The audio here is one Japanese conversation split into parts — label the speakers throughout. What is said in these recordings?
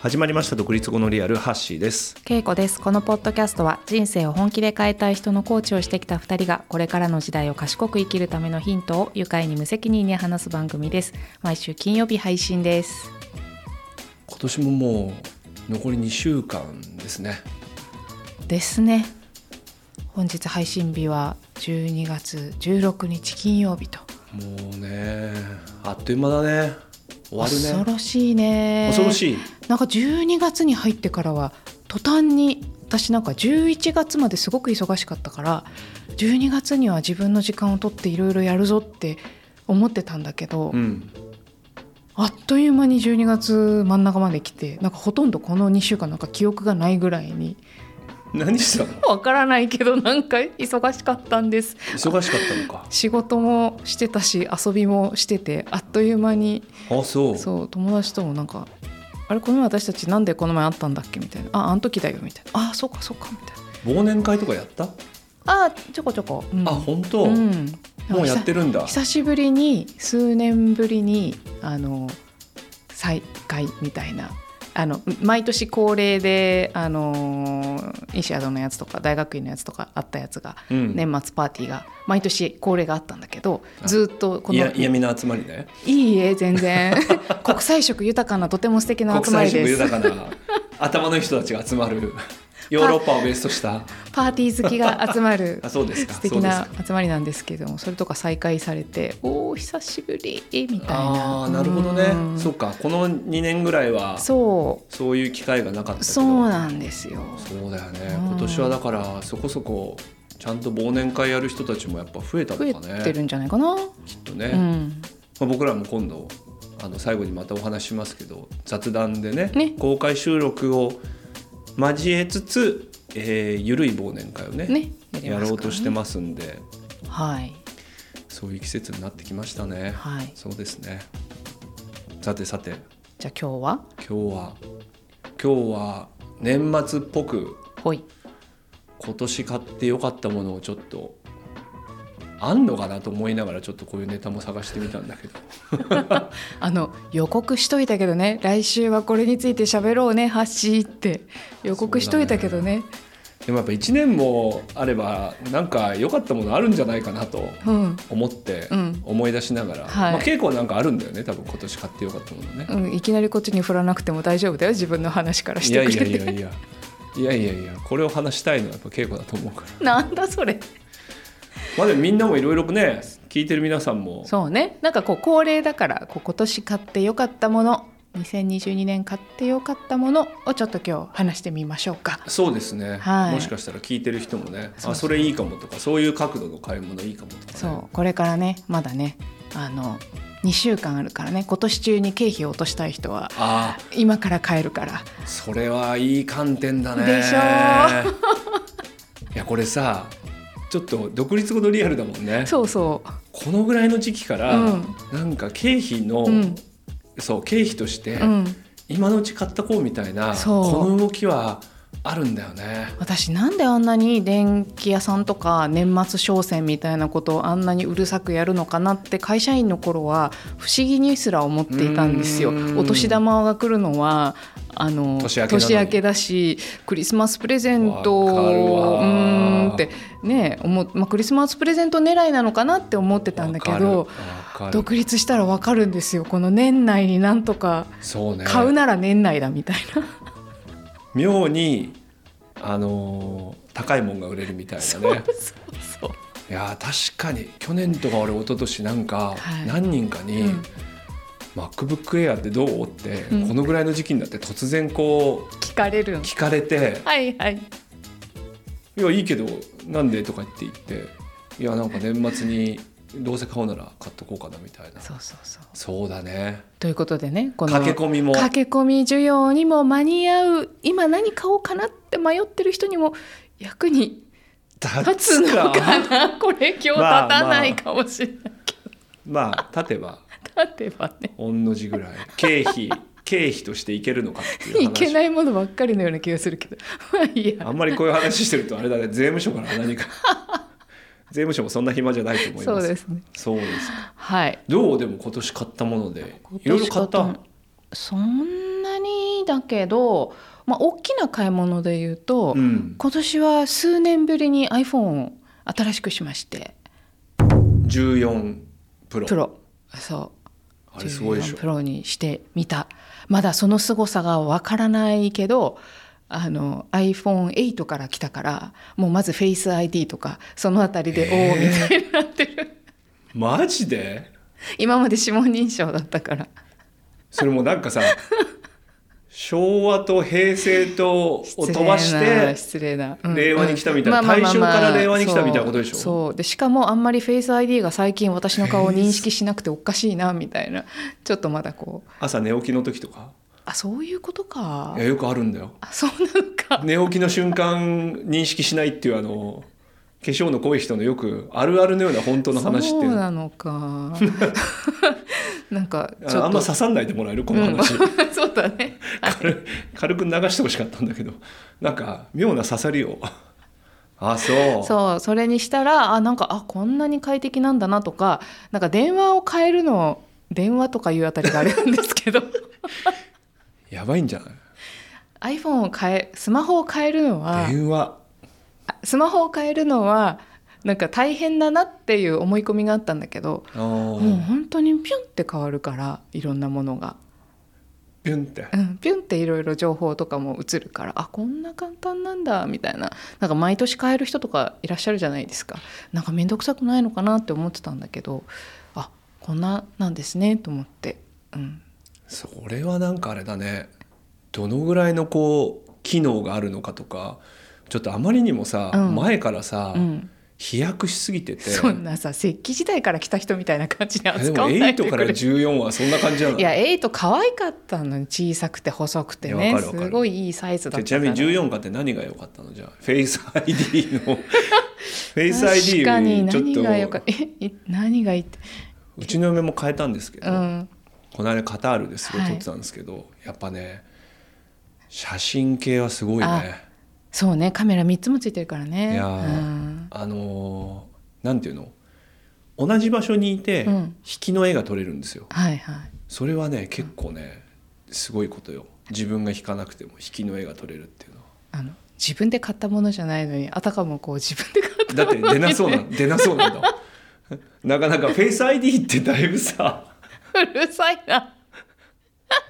Speaker 1: 始まりました独立後のリアルハッシーです
Speaker 2: けいこですこのポッドキャストは人生を本気で変えたい人のコーチをしてきた2人がこれからの時代を賢く生きるためのヒントを愉快に無責任に話す番組です毎週金曜日配信です
Speaker 1: 今年ももう残り2週間ですね
Speaker 2: ですね本日配信日は12月16日金曜日と
Speaker 1: もうねあっという間だね終わるね
Speaker 2: 恐ろしいね
Speaker 1: 恐ろしい
Speaker 2: なんか12月に入ってからは途端に私なんか11月まですごく忙しかったから12月には自分の時間を取っていろいろやるぞって思ってたんだけど、
Speaker 1: うん
Speaker 2: あっという間に12月真ん中まで来てなんかほとんどこの2週間なんか記憶がないぐらいに
Speaker 1: 何したの
Speaker 2: わからないけどなんか忙しかったんです
Speaker 1: 忙しかったのか
Speaker 2: 仕事もしてたし遊びもしててあっという間に
Speaker 1: あそう
Speaker 2: そう友達ともなんか「あれこの前私たちなんでこの前会ったんだっけ?」みたいな「ああの時だよ」みたいな「あそうかそうか」みたい
Speaker 1: 忘年会とかやった、
Speaker 2: なあちょこちょこ、うん
Speaker 1: あ本当、
Speaker 2: うん、
Speaker 1: もうやってるんだ
Speaker 2: 久しぶりに数年ぶりにあの再会みたいなあの毎年恒例であの西宿のやつとか大学院のやつとかあったやつが
Speaker 1: うん
Speaker 2: 年末パーティーが毎年恒例があったんだけどずっとこ
Speaker 1: い
Speaker 2: の
Speaker 1: や闇の集まりね
Speaker 2: いいえ全然 国際色豊かなとても素敵な
Speaker 1: 国
Speaker 2: 集ま
Speaker 1: 際
Speaker 2: り
Speaker 1: 色
Speaker 2: です
Speaker 1: 豊かな頭のいい人たちが集ま るヨーロッパをベースとした
Speaker 2: パーティー好きが集まる
Speaker 1: あそうですか
Speaker 2: 素
Speaker 1: そ
Speaker 2: 敵
Speaker 1: うです
Speaker 2: な
Speaker 1: か
Speaker 2: 集まりなんですけれどもそれとか再開されておお久しぶりみたいな
Speaker 1: ああーなるほどね
Speaker 2: うん
Speaker 1: そうかこの2年ぐらいは
Speaker 2: そ
Speaker 1: そういう機会がなかった
Speaker 2: う
Speaker 1: けど
Speaker 2: そうなんですよ
Speaker 1: そうだよね、
Speaker 2: うん
Speaker 1: 今年はだからそこそこちゃんと忘年会やる人たちもやっぱ増えた
Speaker 2: 増え
Speaker 1: のかね
Speaker 2: てるんじゃないかな、
Speaker 1: きっとね、
Speaker 2: う
Speaker 1: ま
Speaker 2: ん、
Speaker 1: あ、僕らも今度あの最後にまたお話ししますけど雑談でね
Speaker 2: ね
Speaker 1: 公開収録を交えつつ、えー、ゆるい忘年会をね
Speaker 2: ねやり
Speaker 1: や
Speaker 2: ますからね
Speaker 1: ろうとしてますんで
Speaker 2: はい
Speaker 1: そういう季節になってきましたね、
Speaker 2: はい
Speaker 1: そうですねさてさて
Speaker 2: じゃあ今日は
Speaker 1: 今日は今日は年末っぽく
Speaker 2: ほい
Speaker 1: 今年買って良かったものをちょっとあんのかなと思いながらちょっとこういうネタも探してみたんだけど
Speaker 2: あの予告しといたけどね来週はこれについて喋ろうねハッシーって予告しといたけどね
Speaker 1: でもやっぱ1年もあればなんか良かったものあるんじゃないかなと
Speaker 2: うん
Speaker 1: 思って
Speaker 2: うん
Speaker 1: 思い出しながら、
Speaker 2: はい
Speaker 1: まあ、稽古なんかあるんだよね多分今年買って良かったもの ね。
Speaker 2: うん、いきなりこっちに振らなくても大丈夫だよ自分の話からし
Speaker 1: いや
Speaker 2: てくれ
Speaker 1: い
Speaker 2: て
Speaker 1: やいやいやいやいやいやこれを話したいのはやっぱ稽古だと思うから。
Speaker 2: なんだそれ
Speaker 1: まあでもみんなもいろいろね聞いてる皆さんも
Speaker 2: そうねなんかこう恒例だからこう今年買ってよかったもの2022年買ってよかったものをちょっと今日話してみましょうか
Speaker 1: そうですね、
Speaker 2: はい
Speaker 1: もしかしたら聞いてる人もね
Speaker 2: そうそう
Speaker 1: あそれいいかもとかそういう角度の買い物いいかもとか、ね、
Speaker 2: そうこれからねまだねあの2週間あるからね今年中に経費を落としたい人は
Speaker 1: あ
Speaker 2: 今から買えるから
Speaker 1: あそれはいい観点だね
Speaker 2: でしょ
Speaker 1: いやこれさちょっと独立後のリアルだもんね
Speaker 2: そうそ
Speaker 1: このぐらいの時期から、
Speaker 2: うん
Speaker 1: なんか経費の、
Speaker 2: うん
Speaker 1: そう経費として、
Speaker 2: ううん
Speaker 1: 今のうち買ったこうみたいな
Speaker 2: そう
Speaker 1: この動きはあるんだよね
Speaker 2: 私なんであんなに電気屋さんとか年末商戦みたいなことをあんなにうるさくやるのかなって会社員の頃は不思議にすら思っていたんですよ。
Speaker 1: うーん
Speaker 2: お年玉が来るのはあの
Speaker 1: 年明けなのに
Speaker 2: けだしクリスマスプレゼント
Speaker 1: わかるわ
Speaker 2: うーんってね思、まあ、クリスマスプレゼント狙いなのかなって思ってたんだけど
Speaker 1: わかるわかる
Speaker 2: 独立したら分かるんですよこの年内になんとか
Speaker 1: そうね
Speaker 2: 買うなら年内だみたいな。
Speaker 1: 妙にあのー高いもんが売れるみたいなね
Speaker 2: そうそう
Speaker 1: いやー確かに去年とか俺一昨年なんか
Speaker 2: はい
Speaker 1: 何人かに、
Speaker 2: うん
Speaker 1: MacBookAir ってどう?」って、
Speaker 2: うん
Speaker 1: このぐらいの時期になって突然こう
Speaker 2: 聞かれるん
Speaker 1: 聞かれて
Speaker 2: はいはい
Speaker 1: 「いやいいけどなんで?」とか言って言って「いやなんか年末にどうせ買うなら買っとこうかな」みたいな
Speaker 2: そうそうそう
Speaker 1: そうだね
Speaker 2: ということでねこの
Speaker 1: 駆け込みも
Speaker 2: 駆け込み需要にも間に合う今何買おうかなって迷ってる人にも役に立つのかなこれ今日立
Speaker 1: まあ
Speaker 2: たないかもしれない、
Speaker 1: まあ立てば
Speaker 2: 立てばね
Speaker 1: 御の字ぐらい経費経費としていけるのかっていう話
Speaker 2: いけないものばっかりのような気がするけど まあいいや
Speaker 1: あんまりこういう話してるとあれだね税務署から何か 税務署もそんな暇じゃないと思います
Speaker 2: そうですね
Speaker 1: そうですか
Speaker 2: はい
Speaker 1: どうでも今年買ったもので
Speaker 2: 今年
Speaker 1: いろいろ買った
Speaker 2: 買ったそんなにだけど、まあ、大きな買い物で言うと、
Speaker 1: うん、
Speaker 2: 今年は数年ぶりに iPhone を新しくしまして
Speaker 1: 14プロ
Speaker 2: プロそう
Speaker 1: あれすごいでしょ
Speaker 2: 14プロにしてみたまだその凄さがわからないけどあの iPhone8 から来たからもうまずフェイス ID とかそのあたりでおおみたいになってる
Speaker 1: マジで
Speaker 2: 今まで指紋認証だったから
Speaker 1: それもうなん かさ昭和と平成とを飛ばし
Speaker 2: 失礼な
Speaker 1: て
Speaker 2: 失礼な、
Speaker 1: 令和に来たみたいな
Speaker 2: まあまあまあまあ
Speaker 1: 大正から令和に来たみたいなことでしょ
Speaker 2: そうそうでしかもあんまりフェイス ID が最近私の顔を認識しなくておかしいなみたいなちょっとまだこう
Speaker 1: 朝寝起きの時とか
Speaker 2: あそういうことか
Speaker 1: いやよくあるんだよ
Speaker 2: あそうなのか
Speaker 1: 寝起きの瞬間認識しないっていうあの化粧の濃い人のよくあるあるのような本当の話っていう
Speaker 2: そう
Speaker 1: のあ
Speaker 2: な のかなんかちょっと
Speaker 1: あんま刺さんないでもらえるこの話、
Speaker 2: うん そうだね
Speaker 1: 軽軽く流してほしかったんだけどなんか妙な刺さりを あそう
Speaker 2: そうそれにしたらあなんかあこんなに快適なんだなとかなんか電話を変えるの電話とかいうあたりがあれなんですけど
Speaker 1: やばいんじゃな
Speaker 2: iPhone を変えスマホを変えるのはい
Speaker 1: 電話
Speaker 2: スマホを変えるのはなんか大変だなっていう思い込みがあったんだけど
Speaker 1: あー
Speaker 2: もう本当にピュンって変わるからいろんなものが、
Speaker 1: ビュンって
Speaker 2: うん、ピュンっていろいろ情報とかも移るからあこんな簡単なんだみたいななんか毎年変える人とかいらっしゃるじゃないですかなんか面倒くさくないのかなって思ってたんだけどあこんななんですねと思って、うん、
Speaker 1: それはなんかあれだねどのぐらいのこう機能があるのかとかちょっとあまりにもさ、
Speaker 2: うん
Speaker 1: 前からさ、
Speaker 2: うん、
Speaker 1: 飛躍しすぎてて
Speaker 2: そんなさ石器時代から来た人みたいな感じで
Speaker 1: いやで
Speaker 2: 扱
Speaker 1: も
Speaker 2: わないで
Speaker 1: 8か
Speaker 2: く
Speaker 1: ら
Speaker 2: れ
Speaker 1: 14はそんな感じじゃない
Speaker 2: いやエイト可愛かったのに小さくて細くて
Speaker 1: いや
Speaker 2: ね
Speaker 1: わかるわかる
Speaker 2: すごいいいサイズだっ
Speaker 1: で
Speaker 2: た
Speaker 1: ちなみに
Speaker 2: から
Speaker 1: 14かって何が良かったのじゃあフェイス ID のフェイス ID
Speaker 2: 確かに
Speaker 1: より
Speaker 2: 何
Speaker 1: ち
Speaker 2: が
Speaker 1: ょ
Speaker 2: よ
Speaker 1: っ
Speaker 2: かっ
Speaker 1: と
Speaker 2: たえい何がいいって
Speaker 1: うちの嫁も変えたんですけど、
Speaker 2: うん
Speaker 1: この間カタールですごい
Speaker 2: はい
Speaker 1: 撮ってたんですけど、やっぱね写真系はすごい
Speaker 2: あ
Speaker 1: ね
Speaker 2: そうねカメラ3つもついてるからね
Speaker 1: いやー
Speaker 2: うん
Speaker 1: あのーなんていうの同じ場所にいて
Speaker 2: うん
Speaker 1: 引きの絵が撮れるんですよ、
Speaker 2: はいはい
Speaker 1: それはね結構ねすごいことよ自分が引かなくても引きの絵が撮れるっていうのは
Speaker 2: あの自分で買ったものじゃないのにあたかもこう自分で買った
Speaker 1: だって出なそうな出なそうなんだもん なかなかフェイス ID ってだいぶさ
Speaker 2: うるさいな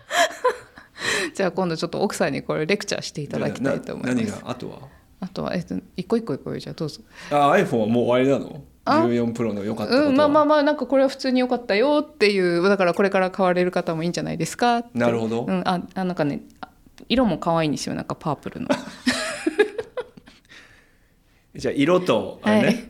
Speaker 2: じゃあ今度ちょっと奥さんにこれレクチャーしていただきたいと思い
Speaker 1: な
Speaker 2: ま
Speaker 1: 何
Speaker 2: す
Speaker 1: があとは
Speaker 2: あとは、えっと、一個一個一個じゃあどうぞ
Speaker 1: あ iPhone はもう終わりなの
Speaker 2: あ
Speaker 1: ?14Pro の良かったことは、
Speaker 2: うん、まあまあまあなんかこれは普通に良かったよっていうだからこれから買われる方もいいんじゃないですかって
Speaker 1: なるほど
Speaker 2: うん、ああなんかねあ色も可愛いんですよなんかパープルの
Speaker 1: じゃあ色とあれね、
Speaker 2: はい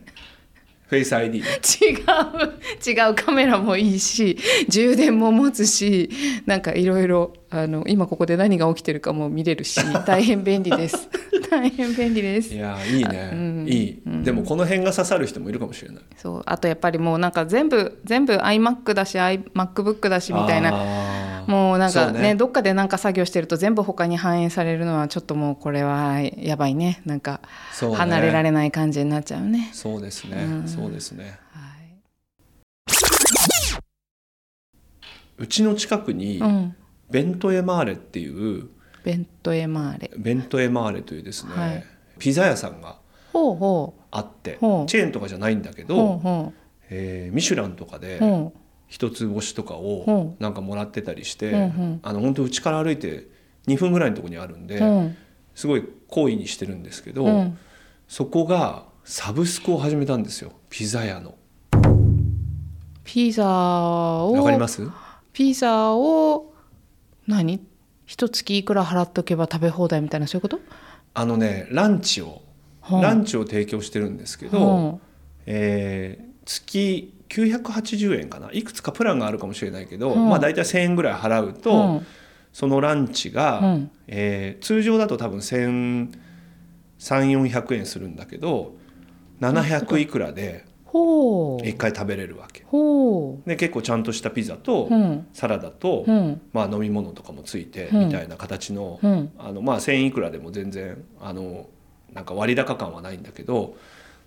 Speaker 1: フェイス ID ね
Speaker 2: 違う 違うカメラもいいし充電も持つしなんかいろいろあの今ここで何が起きてるかも見れる し大変便利です大変便利で
Speaker 1: い
Speaker 2: す
Speaker 1: やーいいね、
Speaker 2: あうん
Speaker 1: いい、
Speaker 2: うん
Speaker 1: でもこの辺が刺さる人もいるかもしれない
Speaker 2: そうあとやっぱりもうなんか全部全部 iMac だし iMacBook だしみたいな
Speaker 1: な
Speaker 2: もうなんかね
Speaker 1: そうね
Speaker 2: どっかでなんか作業してると全部他に反映されるのはちょっともうこれはやばいねなんか
Speaker 1: そうね
Speaker 2: 離れられない感じになっちゃうね。
Speaker 1: そうですね、
Speaker 2: うん
Speaker 1: そうですね
Speaker 2: はい、
Speaker 1: うちの近くに
Speaker 2: うん、
Speaker 1: ベントエマーレっていう
Speaker 2: ベントエマーレ。
Speaker 1: ベントエマーレというですね、
Speaker 2: はい
Speaker 1: ピザ屋さんが
Speaker 2: ほうほ
Speaker 1: あってチ
Speaker 2: ほ
Speaker 1: ェ
Speaker 2: う
Speaker 1: ーンとかじゃないんだけ
Speaker 2: うほう
Speaker 1: ど、
Speaker 2: ほ
Speaker 1: えーミシュランとかで
Speaker 2: うほ
Speaker 1: 一つ星とか
Speaker 2: ほ
Speaker 1: をなんかもらってたりして、
Speaker 2: ほうほう
Speaker 1: あの本当うちから歩いて2分ぐらいのところにあるん
Speaker 2: う
Speaker 1: で、
Speaker 2: ほ
Speaker 1: すごい好意にしてるんですけど、
Speaker 2: ううん
Speaker 1: そこがサブスクを始めたんですよピザ屋の。
Speaker 2: ピザ
Speaker 1: わかりま
Speaker 2: を
Speaker 1: す
Speaker 2: ピザを何一月いくら払っとけば食べ放題みたいなそういうこと
Speaker 1: あのねランチを
Speaker 2: ほう
Speaker 1: ランチを提供してるんですけど、
Speaker 2: ほ
Speaker 1: えー月980円かないくつかプランがあるかもしれないけど、
Speaker 2: うん
Speaker 1: まあ、大体1,000円ぐらい払う
Speaker 2: う
Speaker 1: と、
Speaker 2: ほ
Speaker 1: そのランチ
Speaker 2: う
Speaker 1: が、
Speaker 2: うん
Speaker 1: えー通常だと多分1300400円するんだけど700いくらで
Speaker 2: ほう
Speaker 1: 1回食べれるわけ
Speaker 2: ほ
Speaker 1: で結構ちゃんとしたピザと
Speaker 2: ううん
Speaker 1: サラダと、
Speaker 2: うん
Speaker 1: まあ、飲み物とかもついて
Speaker 2: うん
Speaker 1: みたいな形の,、
Speaker 2: うん
Speaker 1: あのまあ、1000いくらでも全然あのなんか割高感はないんだけど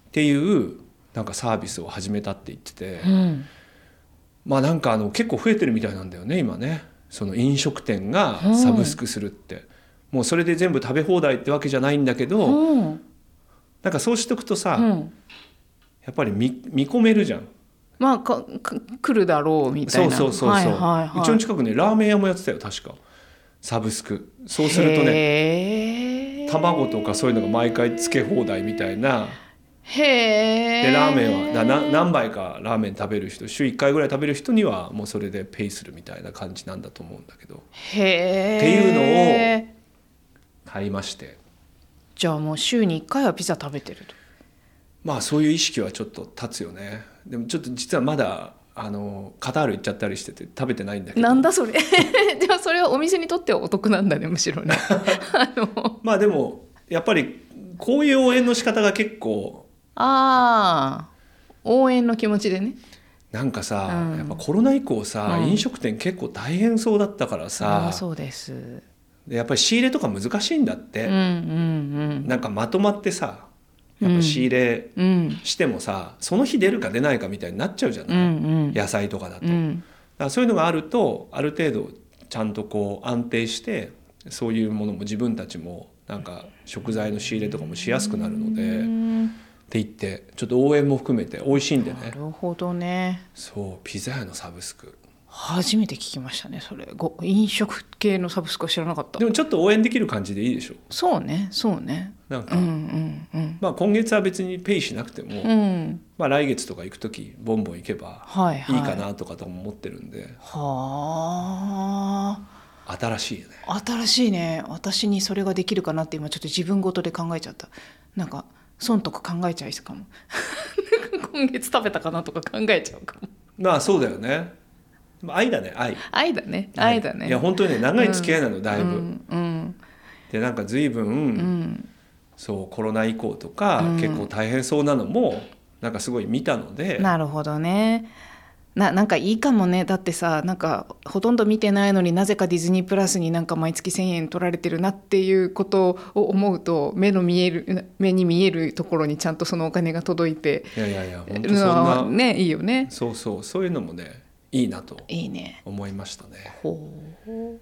Speaker 1: っていうなんかサービスを始めたって言ってて、
Speaker 2: うん
Speaker 1: まあなんかあの結構増えてるみたいなんだよね今ね。その飲食店がサブスクするって、もうそれで全部食べ放題ってわけじゃないんだけど、
Speaker 2: うん
Speaker 1: なんかそうしとくとさ、
Speaker 2: うん
Speaker 1: やっぱり見見込めるじゃん
Speaker 2: まあかか来るだろうみたいな
Speaker 1: そうそうそうそう、
Speaker 2: はいはいはいう
Speaker 1: ちの近くねラーメン屋もやってたよ確かサブスクそうするとね
Speaker 2: ね
Speaker 1: 卵とかそういうのが毎回つけ放題みたいな
Speaker 2: へえ
Speaker 1: でラーメンはだな何杯かラーメン食べる人週1回ぐらい食べる人にはもうそれでペイするみたいな感じなんだと思うんだけど
Speaker 2: へえ
Speaker 1: っていう
Speaker 2: のを
Speaker 1: 買いまして
Speaker 2: じゃあもう週に1回はピザ食べてると
Speaker 1: まあそういう意識はちょっと立つよねでもちょっと実はまだあのカタール行っちゃったりしてて食べてないんだけど
Speaker 2: なんだそれ じゃあそれはお店にとってはお得なんだねむ しろねあの
Speaker 1: まあでもやっぱりこういう応援の仕方が結構
Speaker 2: ああ応援の気持ちでね
Speaker 1: なんかさ、
Speaker 2: うん
Speaker 1: やっぱコロナ以降さ、
Speaker 2: うん
Speaker 1: 飲食店結構大変そうだったから
Speaker 2: それは
Speaker 1: さ
Speaker 2: そうです
Speaker 1: でやっぱり仕入れとか難しいんだっ
Speaker 2: う
Speaker 1: て、
Speaker 2: んうん
Speaker 1: なんかまとまってさやっぱ仕入れ
Speaker 2: うんうん
Speaker 1: してもさ、その日出るか出ないかみたいになっちゃうじゃ
Speaker 2: う
Speaker 1: ない、
Speaker 2: んうん
Speaker 1: 野菜とかだと。
Speaker 2: う
Speaker 1: だか
Speaker 2: ん
Speaker 1: らそういうのがあるとある程度ちゃんとこう安定してそういうものも自分たちもなんか食材の仕入れとかもしやすくなるので、
Speaker 2: う
Speaker 1: っ
Speaker 2: ん
Speaker 1: て言ってちょっと応援も含めて美味しいんで
Speaker 2: な
Speaker 1: ね
Speaker 2: るほどね
Speaker 1: そうピザ屋のサブスク
Speaker 2: 初めて聞きましたねそれご飲食系のサブスクは知らなかった
Speaker 1: でもちょっと応援できる感じでいいでしょ
Speaker 2: そうねそうね
Speaker 1: なんか、
Speaker 2: うんうん
Speaker 1: まあ、今月は別にペイしなくても、
Speaker 2: うんうん
Speaker 1: まあ、来月とか行く時ボンボン行けば
Speaker 2: はいはい
Speaker 1: いいかなとかとも思ってるんで、
Speaker 2: は
Speaker 1: 新しいよね
Speaker 2: あ新しいね私にそれができるかなって今ちょっと自分ごとで考えちゃったなんか損得考えちゃいそうかもなんか今月食べたかなとか考えちゃうかも
Speaker 1: まあそうだよねまあ愛だね愛
Speaker 2: 愛だね愛だね、
Speaker 1: いや本当にね長い付き合いなの、だいぶ、
Speaker 2: うんうん
Speaker 1: でなんか随分、
Speaker 2: うん
Speaker 1: そうコロナ以降とか、
Speaker 2: うん
Speaker 1: 結構大変そうなのもなんかすごい見たので
Speaker 2: なるほどねななんかいいかもねだってさなんかほとんど見てないのになぜかディズニープラスになんか毎月1,000円取られてるなっていうことを思うと目の見える目に見えるところにちゃんとそのお金が届いて
Speaker 1: いやいやいや本当そん
Speaker 2: るの
Speaker 1: な、
Speaker 2: はねいいよね。
Speaker 1: そうそうそういうのもねいいなと
Speaker 2: いいね。
Speaker 1: 思いましたね
Speaker 2: ほう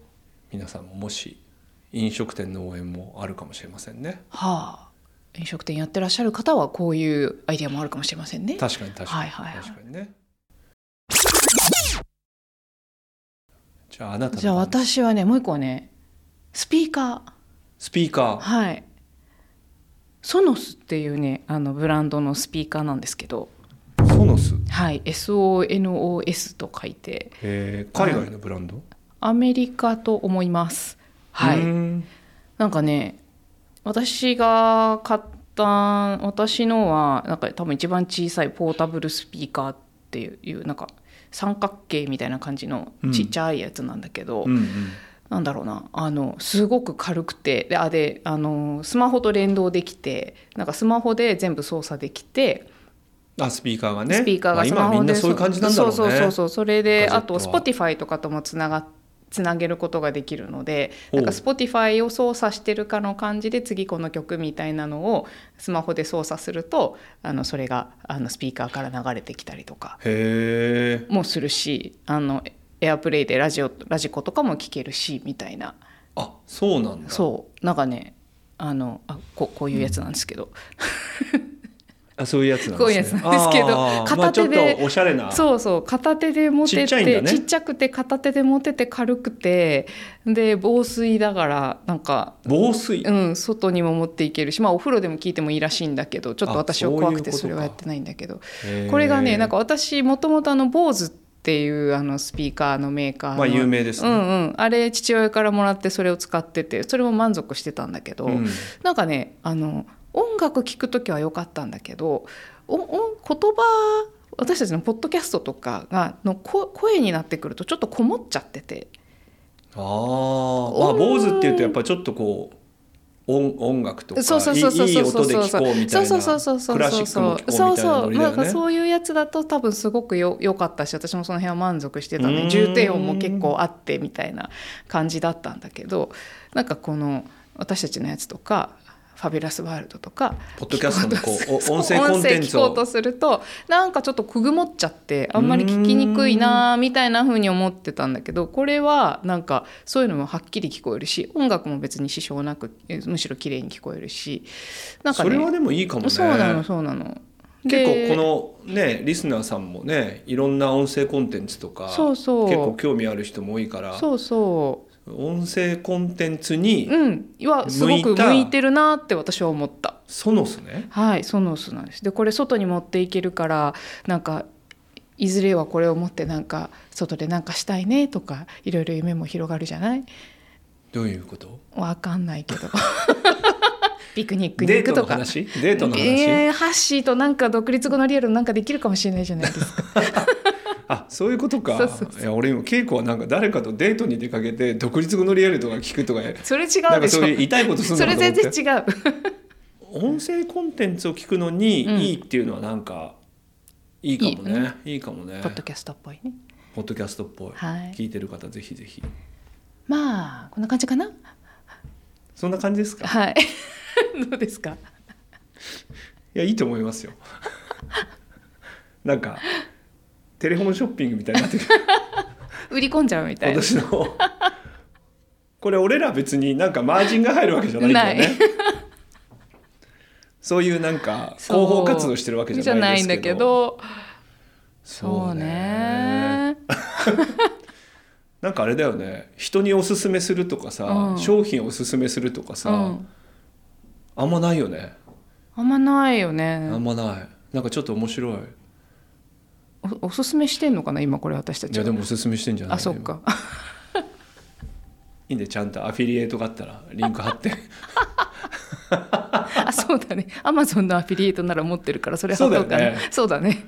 Speaker 1: 皆さんももし飲食店の応援もあるかもしれませんね
Speaker 2: はあ飲食店やってらっしゃる方はこういうアイデアもあるかもしれませんね。
Speaker 1: 確かに確かに、
Speaker 2: はいはいはい
Speaker 1: 確かにねじゃああなたの
Speaker 2: じゃあ私はねもう一個はねスピーカー。
Speaker 1: スピーカー
Speaker 2: はい。ソノスっていうねあのブランドのスピーカーなんですけど、
Speaker 1: ソノス、
Speaker 2: はい、SONOS と書いて
Speaker 1: えー、海外のブランド
Speaker 2: アメリカと思います。は
Speaker 1: うー
Speaker 2: い。
Speaker 1: ん
Speaker 2: なんかね私が買った私のはなんか多分一番小さいポータブルスピーカーっていうなんか三角形みたいな感じのちっちゃいやつなんだけど、
Speaker 1: うんうん
Speaker 2: なんだろうなあのすごく軽くてであであのスマホと連動できてなんかスマホで全部操作できて、
Speaker 1: あスピーカーがね
Speaker 2: スピーカーがス
Speaker 1: まあ、
Speaker 2: マ
Speaker 1: 今み
Speaker 2: ホ
Speaker 1: んな
Speaker 2: で
Speaker 1: そういう感じなんだろうね
Speaker 2: そうそうそうそうそれで
Speaker 1: ガジェ
Speaker 2: あ
Speaker 1: ット
Speaker 2: と
Speaker 1: は
Speaker 2: Spotify とかともつながつなげることができるので
Speaker 1: ほ
Speaker 2: な
Speaker 1: うん
Speaker 2: か Spotify を操作してるかの感じで次この曲みたいなのをスマホで操作するとあのそれがあのスピーカーから流れてきたりとか
Speaker 1: へえ
Speaker 2: もするしあの AirPlay でラジオラジコとかも聴けるしみたいな。
Speaker 1: あそうなんだ
Speaker 2: そうなんかねあのあここういうやつなんですけど、
Speaker 1: あそういうやつなんですね
Speaker 2: こういうやつなんですけど
Speaker 1: あー
Speaker 2: 片手で
Speaker 1: まあ、ちょっとおしゃれな
Speaker 2: そうそう片手で持てて
Speaker 1: ちっちゃいんだね
Speaker 2: ちっちゃくて片手で持てて軽くてで防水だからなんか、
Speaker 1: 防水、
Speaker 2: うん、外にも持っていけるし、まあ、お風呂でも聞いてもいいらしいんだけどちょっと私は
Speaker 1: あそういう
Speaker 2: 怖くて
Speaker 1: ことか
Speaker 2: それはやってないんだけど
Speaker 1: へー
Speaker 2: これがねなんか私もともとあの BOSE っていうあのスピーカーのメーカーの、
Speaker 1: まあ有名ですね
Speaker 2: うんうん、あれ父親からもらってそれを使っててそれも満足してたんだけど、
Speaker 1: うん
Speaker 2: なんかねあの音楽聴く時は良かったんだけどおお言葉私たちのポッドキャストとかがのこ声になってくるとちょっとこもっちゃってて
Speaker 1: あー、まあ
Speaker 2: 音
Speaker 1: 坊主っていうとやっぱちょっとこう音音楽とかいいいい
Speaker 2: そうそうそうそうそう
Speaker 1: 音で聞こうみた
Speaker 2: そう
Speaker 1: いな
Speaker 2: そうそうそうそう
Speaker 1: クラシ
Speaker 2: そう
Speaker 1: ックも
Speaker 2: そ
Speaker 1: 聞こ
Speaker 2: う
Speaker 1: う
Speaker 2: そ
Speaker 1: みたいなノ
Speaker 2: うそう
Speaker 1: リだ
Speaker 2: な
Speaker 1: よ
Speaker 2: ん
Speaker 1: ね
Speaker 2: かそういうやつだと多分すごくよ良かったし私もその辺は満足してた
Speaker 1: うーん
Speaker 2: ね重低音も結構あってみたいな感じだったんだけどなんかこの私たちのやつとかファビュラスワールドとか
Speaker 1: ポッドキャストのこうお音声
Speaker 2: そう
Speaker 1: コンテンツ
Speaker 2: 音声聞こ
Speaker 1: を
Speaker 2: うとするとなんかちょっとくぐもっちゃってあんまり聞きにくいなみたいな風に思ってたんだけどこれはなんかそういうのもはっきり聞こえるし音楽も別に支障なくえむしろ綺麗に聞こえるしなんか
Speaker 1: そ
Speaker 2: ね
Speaker 1: れはでもいいかもね
Speaker 2: そうなのそうなの
Speaker 1: 結
Speaker 2: で
Speaker 1: 構このねリスナーさんもねいろんな音声コンテンツとか
Speaker 2: そうそう
Speaker 1: 結構興味ある人も多いから
Speaker 2: そうそ
Speaker 1: 音声コンテンツに
Speaker 2: ううんはすご
Speaker 1: 向
Speaker 2: く
Speaker 1: いた
Speaker 2: 向いてるなって私は思った。
Speaker 1: ソノスね
Speaker 2: はい、ソノスなんです。で、これ外に持っていけるから、なんか。いずれはこれを持ってなんか外でなんかしたいねとかいろいろ夢も広がるじゃない
Speaker 1: どういうこと
Speaker 2: わかんないけど ピクニックに
Speaker 1: デ
Speaker 2: 行
Speaker 1: ート
Speaker 2: く
Speaker 1: の
Speaker 2: とか
Speaker 1: 話デートの話
Speaker 2: えーハッシーとなんか独立後のリアルなんかできるかもしれないじ ゃないですか
Speaker 1: あそういうことか
Speaker 2: そうそうそう
Speaker 1: いや俺も稽古はなんか誰かとデートに出かけて独立後のリアルとか聞くとか
Speaker 2: それ違
Speaker 1: な
Speaker 2: うんで
Speaker 1: か
Speaker 2: し
Speaker 1: そういう
Speaker 2: ょ
Speaker 1: 痛いことする
Speaker 2: そ
Speaker 1: の
Speaker 2: れ
Speaker 1: かと思
Speaker 2: 全
Speaker 1: って
Speaker 2: 然違う
Speaker 1: 音声コンテンツを聞くのに
Speaker 2: うん
Speaker 1: いいっていうのはなんかいいかもね、いいかもね
Speaker 2: ポッドキャストっぽいね
Speaker 1: ポッドキャストっぽい、
Speaker 2: はい
Speaker 1: 聞いてる方ぜひぜひ
Speaker 2: まあこんな感じかな
Speaker 1: そんな感じですか
Speaker 2: はい どうですか
Speaker 1: いやいいと思います よなんかテレフォンショッピングみたいになってくる
Speaker 2: 売り込んじゃうみたいな
Speaker 1: 私の これ俺ら別になんかマージンが入るわけじゃないんだよね そういうなんか
Speaker 2: そう
Speaker 1: 広報活動してるわけじゃないですけど
Speaker 2: じゃないんだけど
Speaker 1: そ
Speaker 2: そうう
Speaker 1: ね
Speaker 2: ね。
Speaker 1: なんかあれだよね人におすすめするとかさ、
Speaker 2: うん
Speaker 1: 商品をおすすめするとかさ、
Speaker 2: うん
Speaker 1: あんまないよね、
Speaker 2: あんまないよね
Speaker 1: あんまないなんかちょっと面白い
Speaker 2: おおすすめしてんのかな今これ私た
Speaker 1: い
Speaker 2: ち
Speaker 1: や
Speaker 2: は
Speaker 1: でもおすすめしてんじゃない
Speaker 2: あそっか
Speaker 1: いいんでちゃんとアフィリエイトがあったらリンク貼って
Speaker 2: あそうだねアマゾンのアフィリエイトなら持ってるからそれ貼
Speaker 1: そ
Speaker 2: っ
Speaker 1: うだ
Speaker 2: と
Speaker 1: よ
Speaker 2: くかな
Speaker 1: ね
Speaker 2: そうだね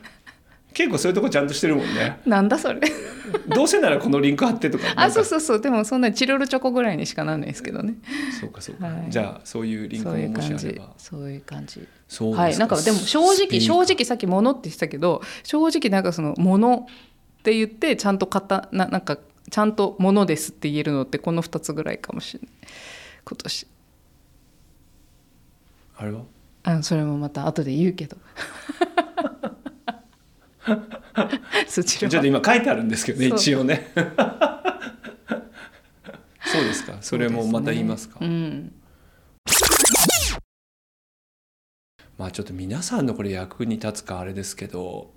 Speaker 1: 結構そういうとこちゃんとしてるもんね
Speaker 2: なんだそれ
Speaker 1: どうせならこのリンク貼ってとかなんか
Speaker 2: あそうそうそうでもそんなチロルチョコぐらいにしかなんないですけどね
Speaker 1: そうかそうか、
Speaker 2: はい
Speaker 1: じゃあそういうリンク
Speaker 2: そ
Speaker 1: も
Speaker 2: ういう
Speaker 1: もし
Speaker 2: 感
Speaker 1: あれ
Speaker 2: じ
Speaker 1: ば
Speaker 2: そういう感じ
Speaker 1: そう
Speaker 2: はいなんかでも正
Speaker 1: スピ
Speaker 2: 直
Speaker 1: ー
Speaker 2: 正直さっき「物」って言ってたけど正直なんかその「物」って言ってちゃんと買ったななんかちゃんと「物です」って言えるのってこの2つぐらいかもしれない今年
Speaker 1: あれは
Speaker 2: あそれもまた後で言う けどそち
Speaker 1: ちょっ
Speaker 2: ら
Speaker 1: と
Speaker 2: は
Speaker 1: 今書いてあるんですけどね
Speaker 2: そう
Speaker 1: 一応ね そうですかそれもまた言いますか
Speaker 2: うん
Speaker 1: まあちょっと皆さんのこれ役に立つかあれですけど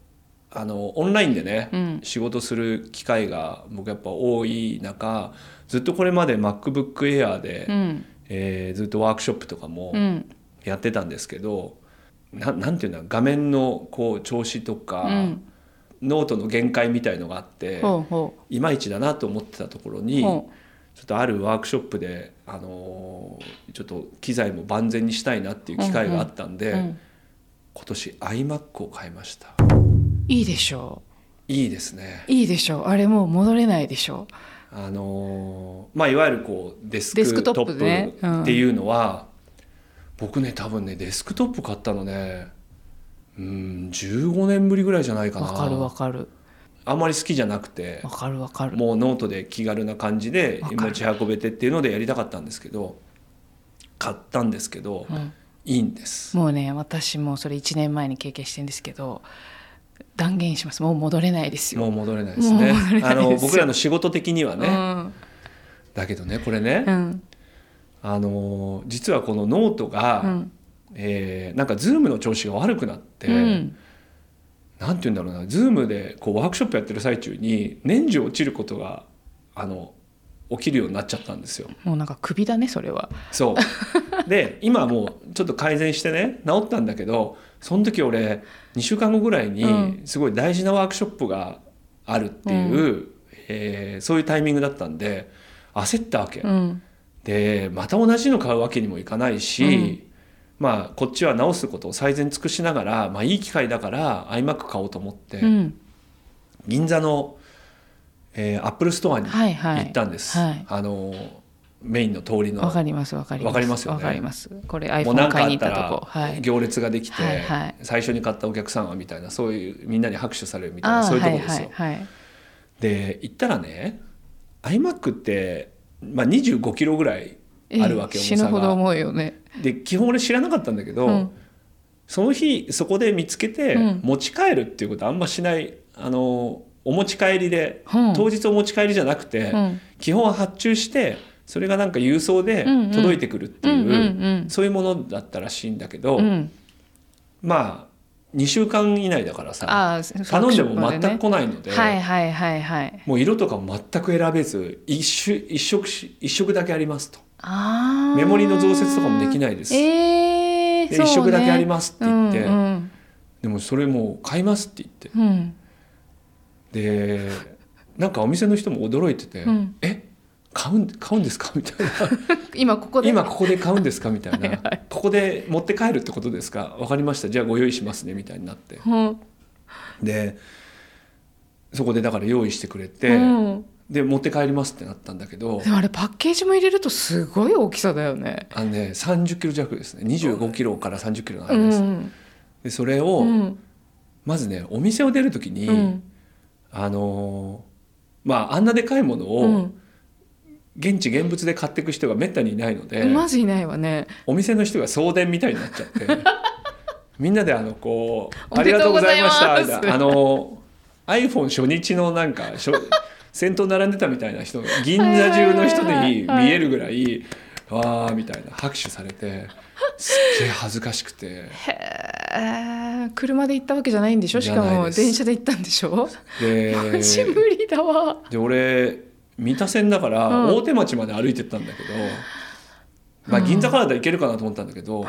Speaker 1: あのオンラインでね、
Speaker 2: うん
Speaker 1: 仕事する機会が僕やっぱ多い中ずっとこれまで MacBookAir で、
Speaker 2: うん
Speaker 1: えーずっとワークショップとかも
Speaker 2: うん
Speaker 1: やってたんですけど、ななんていうんだ画面のこう調子とか、
Speaker 2: うん
Speaker 1: ノートの限界みたいのがあって、
Speaker 2: ほうほ
Speaker 1: いまいちだなと思ってたところ
Speaker 2: う
Speaker 1: に、
Speaker 2: ほ
Speaker 1: ちょっとあるワークショップで、あのーちょっと機材も万全にしたいなっていう機会があったん
Speaker 2: う、
Speaker 1: で。
Speaker 2: うん、
Speaker 1: 今年 iMac を買いました
Speaker 2: いいでしょ
Speaker 1: いいですね
Speaker 2: ういいでしょうあれもう戻れないでしょ
Speaker 1: あのーまあいわゆるこうデス
Speaker 2: デス
Speaker 1: クト
Speaker 2: クト
Speaker 1: ッ
Speaker 2: ッ
Speaker 1: プ
Speaker 2: プねうん
Speaker 1: っていうのは、僕ね多分ねデスクトップ買ったのねうん15年ぶりぐらいじゃないか
Speaker 2: う
Speaker 1: な
Speaker 2: わかるわかる
Speaker 1: あんまり好きじゃなくて
Speaker 2: わかるわかる
Speaker 1: もうノートで気軽な感じで
Speaker 2: わかる
Speaker 1: 持ち運べてっていうのでやりたかったんですけど買ったんですけど、
Speaker 2: うん
Speaker 1: いいんです
Speaker 2: もうね私もそれ1年前に経験してるんですけど断言しますもう戻れないですよ。
Speaker 1: もう戻れないですね
Speaker 2: もう戻れないですよ
Speaker 1: あの僕らの仕事的にはね、
Speaker 2: うん
Speaker 1: だけどねこれね、
Speaker 2: うん
Speaker 1: あのー実はこのノートが、
Speaker 2: うん
Speaker 1: えーなんか Zoom の調子が悪くなって、
Speaker 2: うん
Speaker 1: なんて言うんだろうな Zoom でこうワークショップやってる最中に年中落ちることがあの起きるようになっちゃったんですよ。
Speaker 2: もうなんか首だねそれは。
Speaker 1: そうで今はもうちょっと改善してね治ったんだけどその時俺2週間後ぐらいうにすごい大事なワークショップがあるっていう、えーそういうタイミングだったんで焦ったわけ。
Speaker 2: うん
Speaker 1: でまた同じの買うわけにもいかないし、
Speaker 2: うん
Speaker 1: まあこっちは直すことを最善尽くしながら、まあ、いい機会だから iMac 買おうと思って、
Speaker 2: うん
Speaker 1: 銀座の、えー、アップルストアに
Speaker 2: はいは
Speaker 1: 行
Speaker 2: い
Speaker 1: っ。たんです、
Speaker 2: はい
Speaker 1: あのメインの通りの
Speaker 2: わかりますわかります。
Speaker 1: わかりますよね
Speaker 2: わかります。これ
Speaker 1: もうな
Speaker 2: iPhone
Speaker 1: んか
Speaker 2: 買い
Speaker 1: あ
Speaker 2: に
Speaker 1: っ
Speaker 2: 行ったたとこ。は
Speaker 1: ら
Speaker 2: い。
Speaker 1: 行列ができて、
Speaker 2: はいはい
Speaker 1: 最初に買ったお客さんはみたいなそういうみんなに拍手されるみたい
Speaker 2: あ
Speaker 1: な
Speaker 2: あ
Speaker 1: そういうと
Speaker 2: は
Speaker 1: こ
Speaker 2: い
Speaker 1: ですよ。
Speaker 2: はいはい。
Speaker 1: で行ったらね iMac って、まあ、25キロぐらいあるわけ、
Speaker 2: ええ
Speaker 1: 重
Speaker 2: 死ぬ
Speaker 1: さ
Speaker 2: ほど
Speaker 1: が。
Speaker 2: 重いよね。
Speaker 1: で基本俺知らなかったんだけど、
Speaker 2: うん
Speaker 1: その日そこで見つけて
Speaker 2: うん
Speaker 1: 持ち帰るっていうことあんましないあのお持ち帰りで、
Speaker 2: うん
Speaker 1: 当日お持ち帰りじゃなくて、
Speaker 2: うん
Speaker 1: 基本は発注してそれがなんか郵送で
Speaker 2: うんうん
Speaker 1: 届いてくるって
Speaker 2: う
Speaker 1: い
Speaker 2: ん
Speaker 1: う、
Speaker 2: うんうん
Speaker 1: そういうものだったらしいんだけど、
Speaker 2: うん、
Speaker 1: まあ2週間以内だからさ
Speaker 2: あー
Speaker 1: 頼んでも全く来ないので、
Speaker 2: はいはいはいはい
Speaker 1: もう色とかも全く選べず一種一色し一色だけありますと
Speaker 2: あー
Speaker 1: メモリの増設とかもできないです
Speaker 2: えー
Speaker 1: で
Speaker 2: そう
Speaker 1: 一色だけあり
Speaker 2: ま
Speaker 1: ますって言って、
Speaker 2: うん
Speaker 1: でもそれもう買いますって言って
Speaker 2: うんうん
Speaker 1: でなんかお店の人も驚いてて「
Speaker 2: うん
Speaker 1: え買うん買うんですか?」みたいな
Speaker 2: 今ここで
Speaker 1: 今ここで買うんですかみたいな
Speaker 2: はいは
Speaker 1: ここで持って帰るってことですか分かりましたじゃあご用意しますねみたいになって
Speaker 2: うん
Speaker 1: でそこでだから用意してくれて、
Speaker 2: うん
Speaker 1: で持って帰りますってなったんだけど
Speaker 2: でもあれパッケージも入れるとすごい大きさだよね。
Speaker 1: あのね30キロ弱ですね25キロから30キロの
Speaker 2: う
Speaker 1: 間です、
Speaker 2: ん
Speaker 1: でそれ
Speaker 2: う
Speaker 1: を、
Speaker 2: ん
Speaker 1: まずねお店を出る時に、
Speaker 2: うん
Speaker 1: あのーまああんなでかいもの
Speaker 2: う
Speaker 1: を
Speaker 2: ん
Speaker 1: 現地現物で買っていく人がめったにいないので、
Speaker 2: まずいないわね。
Speaker 1: お店の人が送電みたいになっちゃって みんなであのこう「
Speaker 2: お
Speaker 1: あ
Speaker 2: め
Speaker 1: り
Speaker 2: で
Speaker 1: が
Speaker 2: と
Speaker 1: とう
Speaker 2: う
Speaker 1: ご
Speaker 2: ご
Speaker 1: ざ
Speaker 2: ざ
Speaker 1: い
Speaker 2: い
Speaker 1: ま
Speaker 2: ま
Speaker 1: し
Speaker 2: す
Speaker 1: た」みたいなあの iPhone 初日のなんかしょ 先頭並んでたみたいな人銀座中の人に見えるぐらい「わー」みたいな拍手されてすっげえ恥ずかしくて
Speaker 2: へえ車で行ったわけじゃないんでしょ
Speaker 1: じ
Speaker 2: し
Speaker 1: ゃな
Speaker 2: か
Speaker 1: い
Speaker 2: も
Speaker 1: です
Speaker 2: 電車で行ったんでしょ、
Speaker 1: で
Speaker 2: マジ無理だわ。
Speaker 1: で俺三田線だから
Speaker 2: うん
Speaker 1: 大手町まで歩いてったんだけど、まあ、銀座からだと行けるかなと思ったんだけど、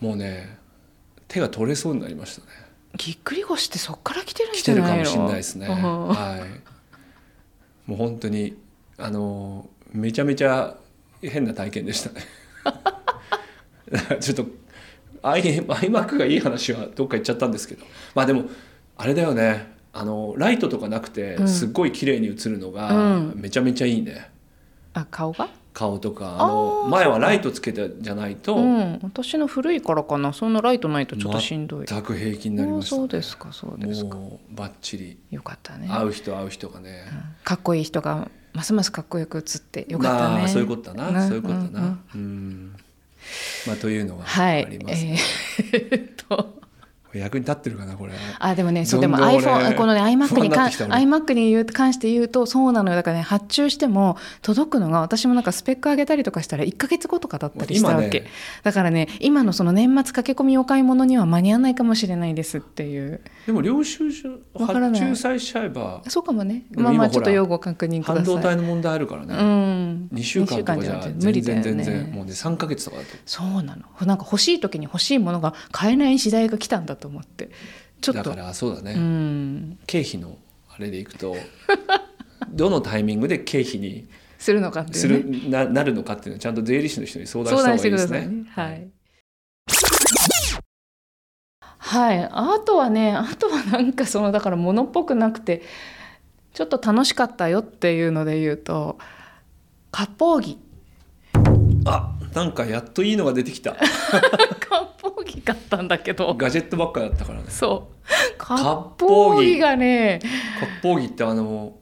Speaker 1: もうね手が取れそうになりましたね。
Speaker 2: ぎっくり腰ってそっから来てるん
Speaker 1: 来
Speaker 2: じ
Speaker 1: て
Speaker 2: ゃ
Speaker 1: る
Speaker 2: な
Speaker 1: か
Speaker 2: いの
Speaker 1: もしれないですね。
Speaker 2: うん
Speaker 1: はい。もう本当にあのめちゃめちゃ変な体験でしたね。ちょっとアイアイマックがいい話はどっか行っちゃったんですけど、まあでもあれだよね。あのライトとかなくて
Speaker 2: うん
Speaker 1: すっごい綺麗に映るの
Speaker 2: う
Speaker 1: が
Speaker 2: ん
Speaker 1: めちゃめちゃいいね。
Speaker 2: あ顔が
Speaker 1: 顔とかあの
Speaker 2: あー
Speaker 1: 前はライトつけてじゃないと
Speaker 2: うん私の古いからかなそんなライトないとちょっとしんどい
Speaker 1: 全く平気になり
Speaker 2: も
Speaker 1: ま
Speaker 2: う
Speaker 1: したね。
Speaker 2: そうですかそうですか
Speaker 1: もうバッチリ
Speaker 2: よかったね
Speaker 1: 会う人会う人がね。
Speaker 2: うんかっこいい人がますますかっこよく映ってよかったね、
Speaker 1: まあ、そういうことだな、
Speaker 2: うん
Speaker 1: そういうことだな。
Speaker 2: う
Speaker 1: うん
Speaker 2: うん
Speaker 1: んまあというのが
Speaker 2: は
Speaker 1: あ
Speaker 2: い
Speaker 1: り
Speaker 2: え
Speaker 1: ます、
Speaker 2: ーえっと
Speaker 1: 役に立ってるかなこれ。
Speaker 2: あでもねそうで
Speaker 1: どん
Speaker 2: も
Speaker 1: どん俺
Speaker 2: iPhone このね
Speaker 1: 不
Speaker 2: iMac
Speaker 1: 安
Speaker 2: に
Speaker 1: になっ
Speaker 2: か
Speaker 1: てきた俺
Speaker 2: iMac に言う関して言うとそうなのよだからね発注しても届くのが私もなんかスペック上げたりとかしたら1か月後とかだったりしたわけ、
Speaker 1: 今ね
Speaker 2: だからね今のその年末駆け込みお買い物には間に合わないかもしれないですっていう
Speaker 1: でも領収書
Speaker 2: わから
Speaker 1: 発
Speaker 2: ない
Speaker 1: 注さえしちゃえば
Speaker 2: そうかもね
Speaker 1: でも
Speaker 2: まあ
Speaker 1: 今
Speaker 2: まあ
Speaker 1: ほら
Speaker 2: ちょっと用語確認く
Speaker 1: 半
Speaker 2: ださい
Speaker 1: 導体の問題あるから
Speaker 2: う
Speaker 1: ね。
Speaker 2: ん
Speaker 1: 二週間とかじゃ
Speaker 2: 二週間
Speaker 1: 全
Speaker 2: 無理だ
Speaker 1: 然
Speaker 2: よ
Speaker 1: 全然、
Speaker 2: ね
Speaker 1: もうね三ヶ月とかだと。
Speaker 2: そうなのなんか欲しい時に欲しいものが買えない時代が来たんだと思ってちょっ
Speaker 1: だ
Speaker 2: と
Speaker 1: からそうだね、
Speaker 2: うん
Speaker 1: 経費のあれでいくと どのタイミングで経費に
Speaker 2: するのかっていう、ね、
Speaker 1: する、ななるのかっていうのはちゃんと税理士の人に相談し
Speaker 2: 相
Speaker 1: た
Speaker 2: 談
Speaker 1: 方
Speaker 2: し
Speaker 1: がい
Speaker 2: て
Speaker 1: い
Speaker 2: く
Speaker 1: で
Speaker 2: だ
Speaker 1: す
Speaker 2: さ
Speaker 1: ね。
Speaker 2: いね。はい。はい、あとはね、あとはなんかそのだから物っぽくなくて。ちょっと楽しかったよっていうので言うと。割烹着。
Speaker 1: あなんかやっといいのが出てきた
Speaker 2: 割烹着買ったんだけど。
Speaker 1: ガジェットばっかだったからね。
Speaker 2: そう。割
Speaker 1: 烹着
Speaker 2: 烹着がね、
Speaker 1: 割烹着ってあの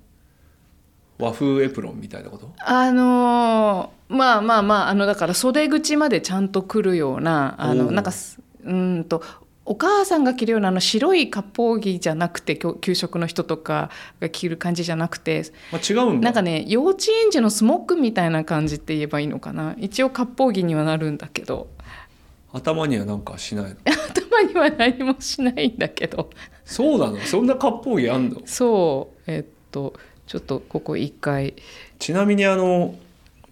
Speaker 1: 和風エプロンみたいなこと
Speaker 2: あのーまあまあまあ、あのだから袖口までちゃんと来るような、あ
Speaker 1: お
Speaker 2: の
Speaker 1: う
Speaker 2: なんかす。うーんと。お母さんが着るようなあの白い割烹着じゃなくてきょ給食の人とかが着る感じじゃなくて
Speaker 1: まあ、違うんだ
Speaker 2: なんかね幼稚園児のスモックみたいな感じって言えばいいのかな一応割烹着にはなるんだけど
Speaker 1: 頭にはなんかしないの
Speaker 2: 頭には何もしないんだけど
Speaker 1: そうなのそんな割烹着あんの
Speaker 2: そうえっとちょっとここ一回
Speaker 1: ちなみにあの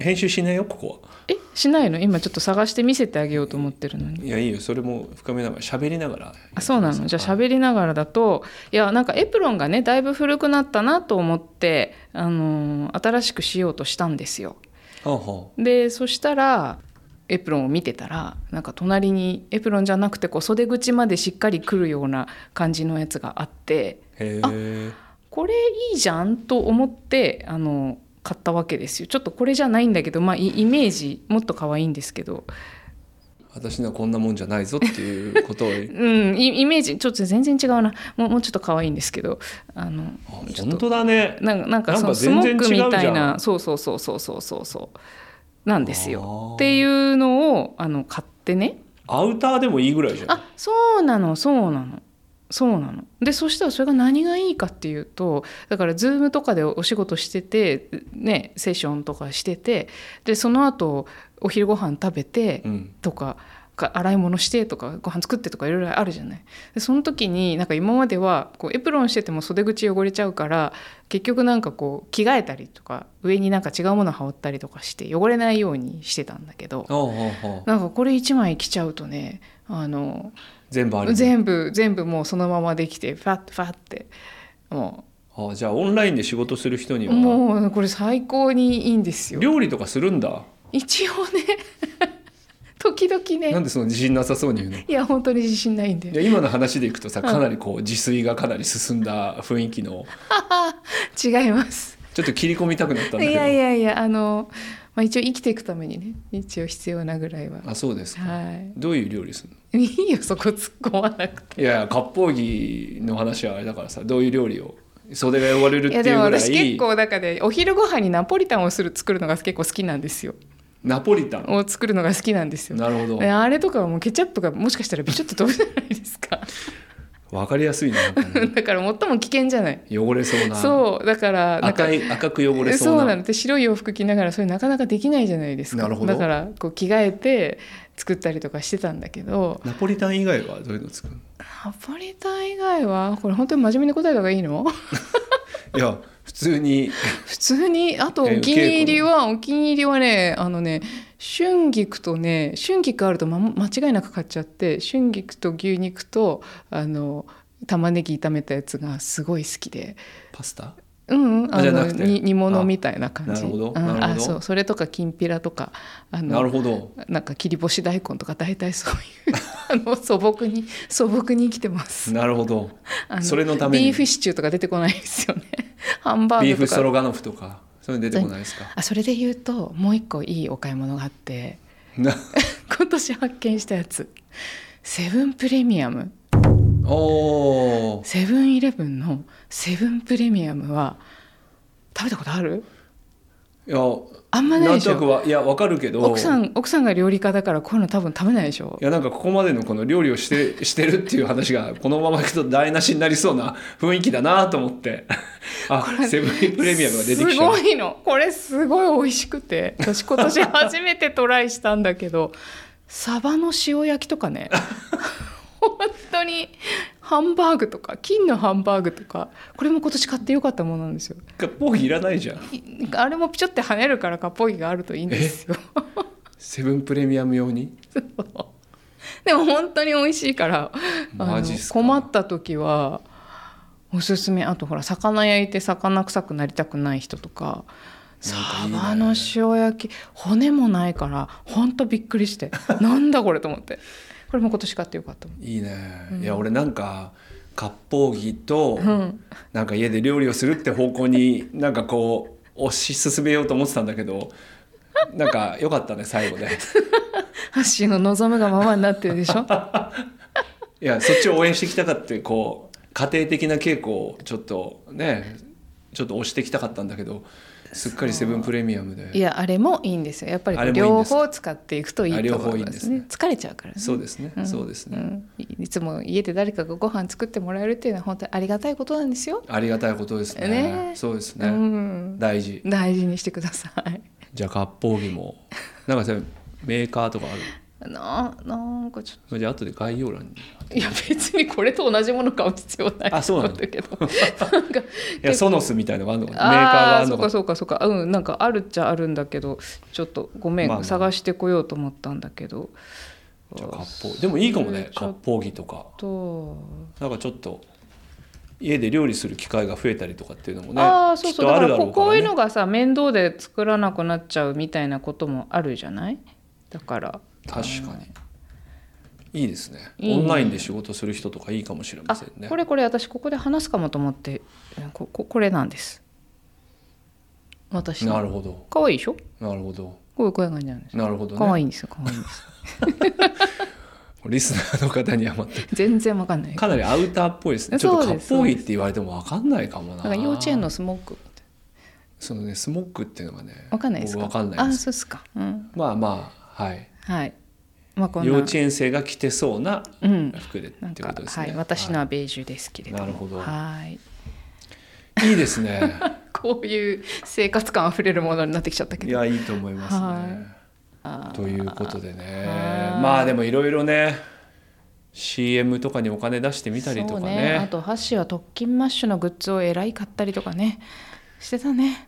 Speaker 1: 編集しないよここは
Speaker 2: えしないの今ちょっと探して見せてあげようと思ってるのに
Speaker 1: いやいいよそれも深めながら喋りながら
Speaker 2: あそうなのじゃあ喋りながらだといやなんかエプロンがねだいぶ古くなったなと思って、あのー新しくしようとしたんですよ。
Speaker 1: はあは
Speaker 2: でそしたらエプロンを見てたらなんか隣にエプロンじゃなくてこう袖口までしっかり来るような感じのやつがあって
Speaker 1: あへえ
Speaker 2: これいいじゃんと思ってあの買ったわけですよちょっとこれじゃないんだけど、まあ、イイメージもっと可愛いんですけど、
Speaker 1: 私にはこんなもんじゃないぞっていうことを
Speaker 2: うん、イイメージちょっと全然違うなもうもうちょっと可愛いんですけどあの
Speaker 1: あ
Speaker 2: ちょっ
Speaker 1: 本
Speaker 2: と
Speaker 1: 当だね
Speaker 2: なんかなんか
Speaker 1: な
Speaker 2: そ
Speaker 1: んか
Speaker 2: のスモック
Speaker 1: 全然違う
Speaker 2: みた
Speaker 1: じ
Speaker 2: い
Speaker 1: ゃ
Speaker 2: なそうそうそうそうそうそうそうなんですよ
Speaker 1: あー
Speaker 2: っていうのをあの買ってね
Speaker 1: アウターでもいいぐらいじゃん
Speaker 2: あそうなのそうなのそうなのでそしたらそれが何がいいかっていうとだから Zoom とかでお仕事しててねセッションとかしててでその後お昼ご飯食べて
Speaker 1: うん
Speaker 2: とか。か洗い物してとかご飯作ってとかいろいろあるじゃないでその時になんか今まではこうエプロンしてても袖口汚れちゃうから結局なんかこう着替えたりとか上になんか違うもの羽織ったりとかして汚れないようにしてたんだけど
Speaker 1: ああああ
Speaker 2: なんかこれ1枚着ちゃうとねあの
Speaker 1: 全部あり
Speaker 2: 全部全部もうそのままできてファッファッっても
Speaker 1: あじゃあオンラインで仕事する人に
Speaker 2: う
Speaker 1: は
Speaker 2: もうこれ最高にいいんですよ
Speaker 1: 料理とかするんだ
Speaker 2: 一応 ね時々
Speaker 1: なん
Speaker 2: ね
Speaker 1: でその自信なさそうに言うの
Speaker 2: いや本当に自信ないん
Speaker 1: い
Speaker 2: で
Speaker 1: や今の話でいくとさ
Speaker 2: うん
Speaker 1: かなりこう自炊がかなり進んだ雰囲気の
Speaker 2: 違います
Speaker 1: ちょっと切り込みたくなったん
Speaker 2: い
Speaker 1: だけど
Speaker 2: やいやいやあの、まあ、一応生きていくためにね一応必要なぐらいは
Speaker 1: あそうですか、
Speaker 2: は
Speaker 1: どういう料理するの
Speaker 2: いいいよそこ突っ込まなくて
Speaker 1: いやいや割烹着の話はあれだからさどういう料理を袖が汚れるってい
Speaker 2: い
Speaker 1: う
Speaker 2: や
Speaker 1: ぐ
Speaker 2: でも
Speaker 1: ら
Speaker 2: 私
Speaker 1: い
Speaker 2: 結構だからねお昼ご飯にナポリタンをする作るのが結構好きなんですよ
Speaker 1: ナポリタン
Speaker 2: を作るのが好きなんですよ
Speaker 1: なるほ
Speaker 2: ね
Speaker 1: ど
Speaker 2: あれとかはもうケチャップがもしかしたらビチョって飛ぶじゃないですか
Speaker 1: わかりやすいななんかね
Speaker 2: だから最も危険じゃない
Speaker 1: 汚れそうな
Speaker 2: そうだからなんか
Speaker 1: 赤い赤く汚れ
Speaker 2: そ
Speaker 1: そうう
Speaker 2: な
Speaker 1: な
Speaker 2: ので白い洋服着ながらそれなかなかできないじゃないですか
Speaker 1: なるほど
Speaker 2: だからこう着替えて作ったりとかしてたんだけど
Speaker 1: ナポリタン以外はどういうの作る
Speaker 2: ナポリタン以外はこれ本当に真面目に答えた方がいいの
Speaker 1: のいや普通に
Speaker 2: 普通にあと
Speaker 1: いや
Speaker 2: お気に入りはお気に入りはねあのね春菊とね春菊あると、ま、間違いなく買っちゃって春菊と牛肉とあの玉ねぎ炒めたやつがすごい好きで
Speaker 1: パスタ
Speaker 2: うん、うん、
Speaker 1: あ
Speaker 2: あ
Speaker 1: じゃな
Speaker 2: の
Speaker 1: くて
Speaker 2: に煮物みたいな感じ
Speaker 1: あなるほど
Speaker 2: うん
Speaker 1: なるほど
Speaker 2: あそうそれとかきんぴらとかあ
Speaker 1: なる
Speaker 2: の
Speaker 1: ほど
Speaker 2: なんか切り干し大根とか大体そういう あの素朴に素朴に生きてます
Speaker 1: なるほど
Speaker 2: あの
Speaker 1: それのために
Speaker 2: ビーフシチューとか出てこないですよね ハンバ
Speaker 1: ビ
Speaker 2: ー
Speaker 1: ーフ
Speaker 2: グ
Speaker 1: ス
Speaker 2: と
Speaker 1: ト
Speaker 2: か
Speaker 1: ロガノフとかそういうの出てこないですか
Speaker 2: あそれで言うともう一個いいお買い物があって
Speaker 1: な
Speaker 2: 今年発見したやつセブンプレミアム
Speaker 1: おー
Speaker 2: セブンイレブンのセブンプレミアムは食べたことある
Speaker 1: いや
Speaker 2: あんまない
Speaker 1: なん
Speaker 2: でし
Speaker 1: となく
Speaker 2: ょ
Speaker 1: はいやわかるけど
Speaker 2: 奥さん奥さんが料理家だからこういうの多分食べないでしょ
Speaker 1: いやなんかここまでのこの料理をしてしてるっていう話がこのままいくと台無しになりそうな雰囲気だなと思ってあセブンイレブンプレミアムが出てき
Speaker 2: す
Speaker 1: ちゃ
Speaker 2: ご
Speaker 1: う
Speaker 2: いのこれすごい美味しくて私今 年初めてトライしたんだけどサバの塩焼きとかね本当にハンバーグとか金のハンバーグとかこれも今年買ってよかったものなんですよ
Speaker 1: ポーギいらないじゃん
Speaker 2: いあれもピチョって跳ねるからかっぽいがあるといいんですよ
Speaker 1: セブンプレミアム用に
Speaker 2: でも本当に美味しいからあの
Speaker 1: マジっすか
Speaker 2: 困った時はおすすめあとほら魚焼いて魚臭くなりたくない人とか
Speaker 1: なんかいいね
Speaker 2: サバの塩焼き骨もないから本当びっくりしてなんだこれと思ってこれも今年買ってよかったもん
Speaker 1: いいね、
Speaker 2: うん
Speaker 1: いや俺なんか割烹着と、
Speaker 2: うん、
Speaker 1: なんか家で料理をするって方向になんかこう推し進めようと思ってたんだけどなんか良かったね最後で
Speaker 2: ハッシーの望むがままになってるでし ょ
Speaker 1: いやそっちを応援してきたかってこう家庭的な傾向をちょっとねちょっと押してきたかったんだけどすっかりセブンプレミアムで
Speaker 2: いやあれもいいんですよやっぱりこ
Speaker 1: あれ
Speaker 2: う
Speaker 1: もいいん
Speaker 2: 両
Speaker 1: ですか
Speaker 2: 方使っていくといいと思います
Speaker 1: あ両
Speaker 2: ね
Speaker 1: 方いいんで
Speaker 2: 疲れちゃうからね
Speaker 1: そうですね、
Speaker 2: ん
Speaker 1: そうですね、
Speaker 2: うんいつも家で誰かがご飯作ってもらえるっていうのは本当にありがたいことなんですよ、
Speaker 1: ありがたいことですね
Speaker 2: ね
Speaker 1: そうです
Speaker 2: う
Speaker 1: ね、
Speaker 2: ん、
Speaker 1: 大事
Speaker 2: 大事にしてください
Speaker 1: じゃあ割烹着もなんかさメーカーとかあ
Speaker 2: ななんかちょっ
Speaker 1: るじゃあ後で概要欄に
Speaker 2: といや別にこれと同じもの買う必要ない
Speaker 1: あそうなの
Speaker 2: だけどなん か
Speaker 1: いやソノスみたいのがあるのかなメーカーが
Speaker 2: あ
Speaker 1: あ
Speaker 2: あ
Speaker 1: る
Speaker 2: そ
Speaker 1: の
Speaker 2: う
Speaker 1: か
Speaker 2: かそうかそうかうんなんかあるっちゃあるんだけどちょっとごめん、
Speaker 1: まあまあ
Speaker 2: 探してこようと思ったんだけど
Speaker 1: じゃあ割烹でもいいかもね
Speaker 2: ちょ
Speaker 1: 割
Speaker 2: っ
Speaker 1: 烹着とか
Speaker 2: と
Speaker 1: なんかちょっと家で料理する機会が増えたりとかっていうのもね
Speaker 2: ああそうそう
Speaker 1: きっと
Speaker 2: だ
Speaker 1: あ
Speaker 2: か
Speaker 1: るろ
Speaker 2: らこ
Speaker 1: う
Speaker 2: うこういう
Speaker 1: ね
Speaker 2: のがさ面倒で作らなくなっちゃうみたいなこともあるじゃないだから
Speaker 1: 確かにいいですね
Speaker 2: いい
Speaker 1: オ
Speaker 2: ね
Speaker 1: ンラインで仕事する人とかいいかもしれま
Speaker 2: あ
Speaker 1: せんね
Speaker 2: これこれ私ここで話すかもと思ってこここれなんです私
Speaker 1: な
Speaker 2: の
Speaker 1: るほど
Speaker 2: 可愛いでしょ
Speaker 1: なるほど
Speaker 2: こういう声がなんです
Speaker 1: なるほど
Speaker 2: 可
Speaker 1: ね
Speaker 2: 愛いんですよ可愛いんです
Speaker 1: リスナーの方には全 く
Speaker 2: 全然わかんない
Speaker 1: かなりアウターっぽいですねちょっと
Speaker 2: そう
Speaker 1: 割烹着
Speaker 2: です
Speaker 1: って言われても分かんないかもな
Speaker 2: なんか幼稚園のスモックみたい
Speaker 1: そのねスモッグっていうのがね
Speaker 2: わかんないですか
Speaker 1: 僕わかんないで
Speaker 2: あ
Speaker 1: す
Speaker 2: そうですか、うん、
Speaker 1: まあまあはい
Speaker 2: はいまあこんな
Speaker 1: 幼稚園生が着てそうな
Speaker 2: うん
Speaker 1: 服でっ
Speaker 2: なん
Speaker 1: てこ
Speaker 2: か
Speaker 1: とですね
Speaker 2: はい私のはベージュですけれども、
Speaker 1: なるほど
Speaker 2: はい
Speaker 1: はいいいですね
Speaker 2: こういう生活感あふれるものになってきちゃったけ
Speaker 1: い
Speaker 2: ど
Speaker 1: やいいと思いますね
Speaker 2: あー
Speaker 1: ということでね
Speaker 2: はい
Speaker 1: まあでもいろいろね CM とかにお金出してみたりと
Speaker 2: そ
Speaker 1: か
Speaker 2: う
Speaker 1: ね
Speaker 2: あとハッシーは特勤マッシュのグッズをえらい買ったりとかねしてたね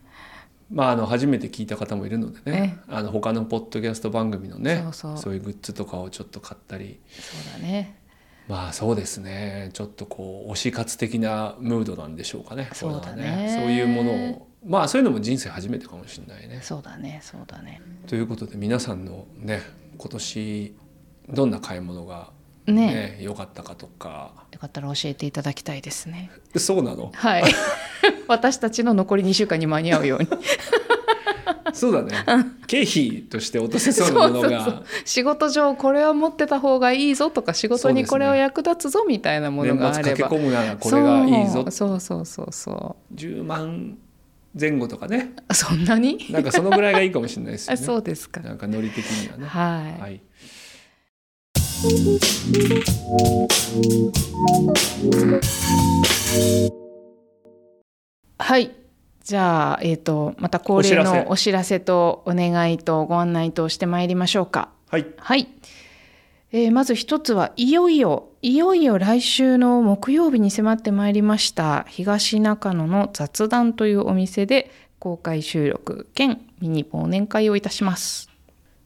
Speaker 1: まああの初めて聞いた方もいるのでねあの他のポッドキャスト番組のね
Speaker 2: そうそう
Speaker 1: いうグッズとかをちょっと買ったり
Speaker 2: そうだね
Speaker 1: まあそうですねちょっとこう推し活的なムードなんでしょうかね
Speaker 2: そうだね
Speaker 1: これはそういうものをまあそういうのも人生初めてかもしれないね。
Speaker 2: そうだねそうだね
Speaker 1: ということで皆さんのね今年どんな買い物が
Speaker 2: ね
Speaker 1: ね良、かったかとか
Speaker 2: よかったら教えていただきたいですね
Speaker 1: そうなの
Speaker 2: はい 私たちの残り2週間に間に合うよう に
Speaker 1: そうだね経費として落とせそうなものが
Speaker 2: そうそうそう仕事上これは持ってた方がいいぞとか仕事にこれは役立つぞみたいなもの
Speaker 1: 年末
Speaker 2: があれ
Speaker 1: 駆け
Speaker 2: ば、
Speaker 1: 込むならこれがいいぞ
Speaker 2: そうそうそうそ
Speaker 1: 10万前後とかね
Speaker 2: うそんなに
Speaker 1: なんかそのぐらいがいいかもしれないですよ
Speaker 2: あ
Speaker 1: ね
Speaker 2: そうですか
Speaker 1: なんかノリ的にはね
Speaker 2: はい、
Speaker 1: はい、
Speaker 2: はい。じゃあ、えっ、と、また恒例
Speaker 1: お知らせ
Speaker 2: のお知らせとお願いとご案内としてまいりましょうか。
Speaker 1: はい、
Speaker 2: はい。えーまず一つはいよいよ、いよいよ来週の木曜日に迫ってまいりました、東中野の雑談というお店で公開収録兼ミニ忘年会をいたします。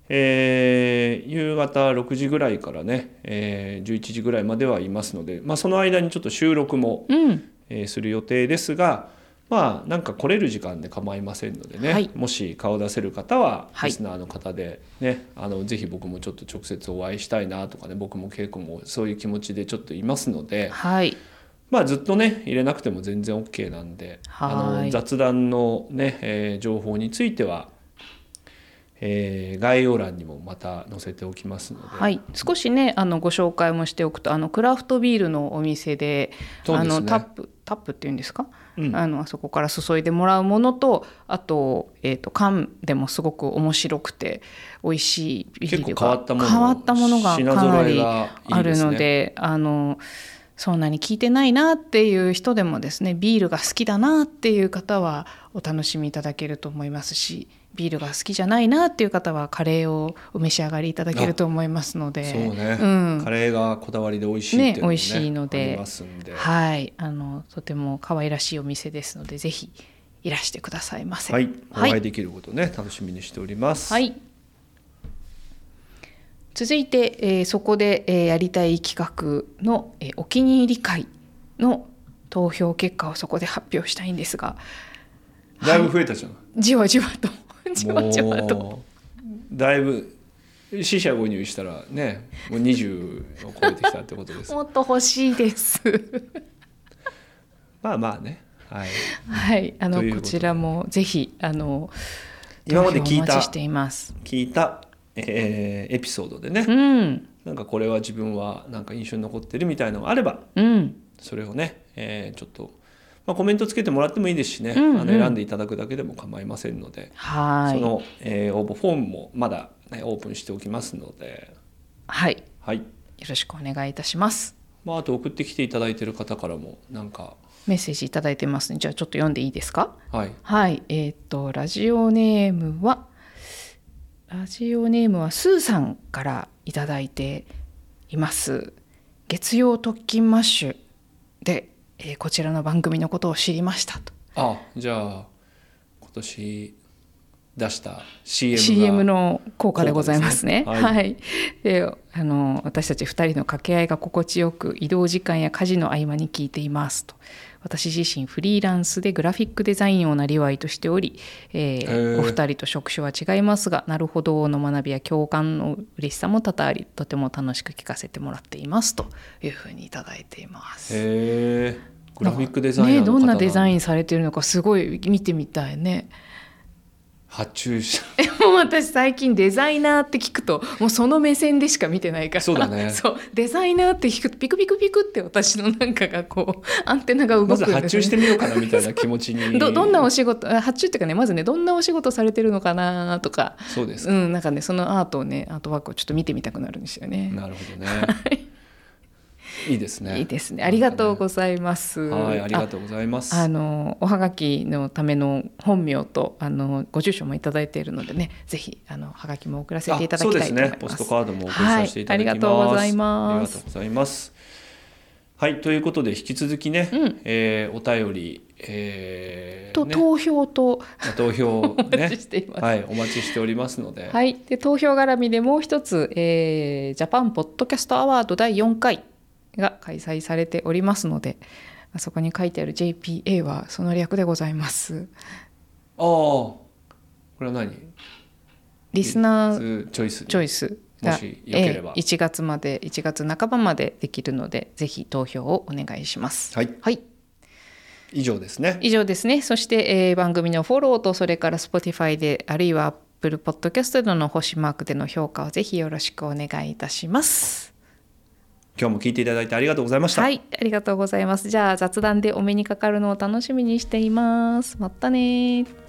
Speaker 1: えー夕方6時ぐらいからね、えー11時ぐらいまではいますので、まあ、その間にちょっと収録も
Speaker 2: うん。
Speaker 1: えーする予定ですがまあなんか来れる時間で構いませんのでね、
Speaker 2: はい
Speaker 1: もし顔出せる方は
Speaker 2: はい
Speaker 1: リスナーの方で、ねあのぜひ僕もちょっと直接お会いしたいなとかね僕も稽古もそういう気持ちでちょっといますので、
Speaker 2: はい。
Speaker 1: まあ、ずっとね入れなくても全然 OK なんで
Speaker 2: はーい
Speaker 1: あの雑談の、ねえー情報については、えー概要欄にもまた載せておきますので。
Speaker 2: はい、少しねあのご紹介もしておくとあのクラフトビールのお店で
Speaker 1: そう
Speaker 2: あ
Speaker 1: ですね
Speaker 2: のタップタップっていうんですか、
Speaker 1: うん
Speaker 2: あのあそこから注いでもらうものとあと,、えー、と缶でもすごく面白くて美味しいビ
Speaker 1: 結構
Speaker 2: ール
Speaker 1: 変わ
Speaker 2: が
Speaker 1: ったもの
Speaker 2: 変わったものが
Speaker 1: 品
Speaker 2: かな
Speaker 1: 揃え
Speaker 2: り
Speaker 1: がい
Speaker 2: あ
Speaker 1: いで
Speaker 2: る
Speaker 1: す
Speaker 2: ので
Speaker 1: ね。
Speaker 2: あのそんなに聞いてないなっていう人でもですねビールが好きだなっていう方はお楽しみいただけると思いますしビールが好きじゃないなっていう方はカレーをお召し上がりいただけると思いますので
Speaker 1: そうね、
Speaker 2: ん
Speaker 1: カレーがこだわりで美味しいっていうのも、ね
Speaker 2: ね美味しいので
Speaker 1: ありますんで、
Speaker 2: はい、あのとても可愛らしいお店ですのでぜひいらしてくださいませ。
Speaker 1: はい、お
Speaker 2: は
Speaker 1: 会い
Speaker 2: い
Speaker 1: できることね、楽しみにしております。
Speaker 2: はい続いて、えーそこで、えーやりたい企画の、えーお気に入り会の投票結果をそこで発表したいんですが
Speaker 1: だいぶ増えた じゃん。
Speaker 2: じわじわ とじわじわと
Speaker 1: もうだいぶ死者購入したらね、もう20を超えてきたってこと です。
Speaker 2: もっと欲しいです。
Speaker 1: まあまあね、はい。
Speaker 2: はい、あの
Speaker 1: という
Speaker 2: こ
Speaker 1: ことで
Speaker 2: ちらもぜひあの
Speaker 1: 今まで聞いた
Speaker 2: 投票お待ちしています。
Speaker 1: 聞いた、えーエピソードでね
Speaker 2: う、ん、
Speaker 1: なんかこれは自分はなんか印象に残ってるみたいのがあれば、
Speaker 2: うん、
Speaker 1: それをね、えーちょっと。まあ、コメントつけてもらってもいいですしね、
Speaker 2: うんうん
Speaker 1: あの選んでいただくだけでも構いませんので、
Speaker 2: は
Speaker 1: そ
Speaker 2: い、
Speaker 1: の、えー応募フォームもまだ、ね、オープンしておきますので、
Speaker 2: はい、
Speaker 1: はい
Speaker 2: よろしくお願いいたします。
Speaker 1: まあ、あと送ってきていただいている方からもなんか、
Speaker 2: メッセージいただいてますね。じゃあちょっと読んでいいですか。
Speaker 1: はい、
Speaker 2: はい、えーっとラジオネームはラジオネームはスーさんからいただいています。月曜特勤マッシュで、えーこちらの番組のことを知りましたと。
Speaker 1: あじゃあ今年出した CM が
Speaker 2: CM の効果でございますね。
Speaker 1: 効果です
Speaker 2: は
Speaker 1: ね
Speaker 2: い、
Speaker 1: は
Speaker 2: であの私たち2人の掛け合いが心地よく移動時間や家事の合間に聞いていますと私自身フリーランスでグラフィックデザインをなりわいとしており、えー
Speaker 1: へー
Speaker 2: お二人と職種は違いますがなるほどの学びや共感の嬉しさも多々ありとても楽しく聞かせてもらっていますというふうにいただいています。
Speaker 1: へえグラフィックデザイナーの方
Speaker 2: ね、どんなデザイ
Speaker 1: ン
Speaker 2: ンされてるのかすごい見てみたいね。
Speaker 1: 発注し
Speaker 2: えもう私最近デザイナーって聞くともうその目線でしか見てないから
Speaker 1: そうだね
Speaker 2: そうデザイナーって聞くとピクピクピクって私のなんかがこうアンテナが動くん
Speaker 1: ま
Speaker 2: です、
Speaker 1: ず
Speaker 2: ね、
Speaker 1: 発注してみようかなみたいな気持ちに
Speaker 2: どどんなお仕事あ発注っていうかねまずねどんなお仕事されてるのかなとか
Speaker 1: そうです
Speaker 2: うんなんかねそのアートをねアートワークをちょっと見てみたくなるんですよね。
Speaker 1: なるほどねいいですね
Speaker 2: いいですねありがとうございます。
Speaker 1: はいありがとうございます
Speaker 2: ああのおはがきのための本名とあのご住所もいただいているのでねぜひあのはがきも送らせていただきた
Speaker 1: あ
Speaker 2: いと思い
Speaker 1: そうですね。ポ
Speaker 2: ま
Speaker 1: ス
Speaker 2: す。
Speaker 1: トカードもお送りさせていただきます。
Speaker 2: はいありがとうございます
Speaker 1: ありがとうございます。はい、ということで引き続きね、
Speaker 2: うん
Speaker 1: えーお便り、えー
Speaker 2: と
Speaker 1: ね
Speaker 2: 投票と
Speaker 1: 投票
Speaker 2: お待ち
Speaker 1: ね
Speaker 2: し、ています。
Speaker 1: はい、お待ちしておりますので、
Speaker 2: はい、で投票絡みでもう一つ、えージャパンポッドキャストアワード第4回が開催されておりますのであそこに書いてある JPA はその略でございます
Speaker 1: ああ、これは何？
Speaker 2: リスナー
Speaker 1: チョイス。
Speaker 2: チョイス
Speaker 1: も
Speaker 2: が、
Speaker 1: しよければ
Speaker 2: えー1月まで1月半ばまでできるのでぜひ投票をお願いします。
Speaker 1: はい、
Speaker 2: はい
Speaker 1: 以上ですね。
Speaker 2: 以上ですねそして、えー番組のフォローとそれから Spotify であるいは Apple Podcast などの星マークでの評価をぜひよろしくお願いいたします。
Speaker 1: 今日も聞いていただいてありがとうございました。
Speaker 2: はい、ありがとうございます。じゃあ雑談でお目にかかるのを楽しみにしています。またねー